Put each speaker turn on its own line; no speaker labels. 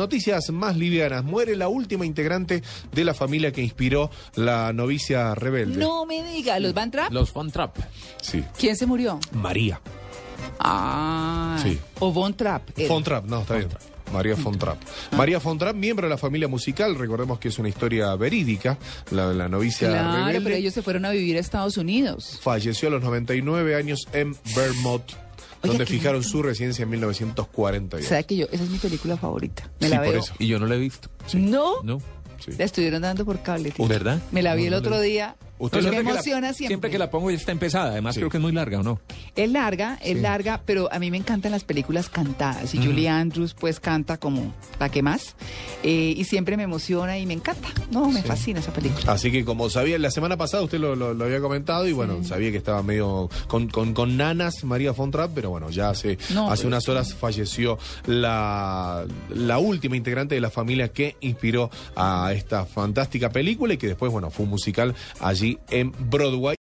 Noticias más livianas. Muere la última integrante de la familia que inspiró la novicia rebelde. Mm.
No me diga, ¿los Van Trapp?
Los Von Trapp.
Sí.
¿Quién se murió?
María.
Ah,
Sí.
o Von Trapp. era.
Fontrap, no, está bien. María Fontrap. María Fontrap, miembro de la familia musical, recordemos que es una historia verídica, la de la novicia
Claro,
rebelde.
pero ellos se fueron a vivir a Estados Unidos.
Falleció a los 99 años en Vermont, donde
qué
fijaron su residencia en 1942.
O sea que yo, esa es mi película favorita. Me
Sí,
la
por
veo.
eso.
Y yo no lo he visto.
No,
No.
Sí.
la estuvieron dando por cable. tío.
¿Verdad?
Me la vi el
No, no
otro
la-
día.
Usted
me
siempre que la-
emociona siempre.
que la pongo ya está empezada. Además
Sí.
creo que es muy larga, ¿o no?
Es larga, es
Sí.
larga, pero a mí me encantan las películas cantadas. Y Julie Andrews, pues, canta como la que más. Eh, y siempre me emociona y me encanta. No, me fascina esa película.
Así que como sabía, la semana pasada usted lo, lo- lo había comentado y bueno, sabía que estaba medio con, con- con nanas María Fontrap, pero bueno, ya hace,
No,
hace
pero
unas horas falleció la, la última integrante de la familia que inspiró a esta fantástica película y que después, bueno, fue un musical allí en Broadway.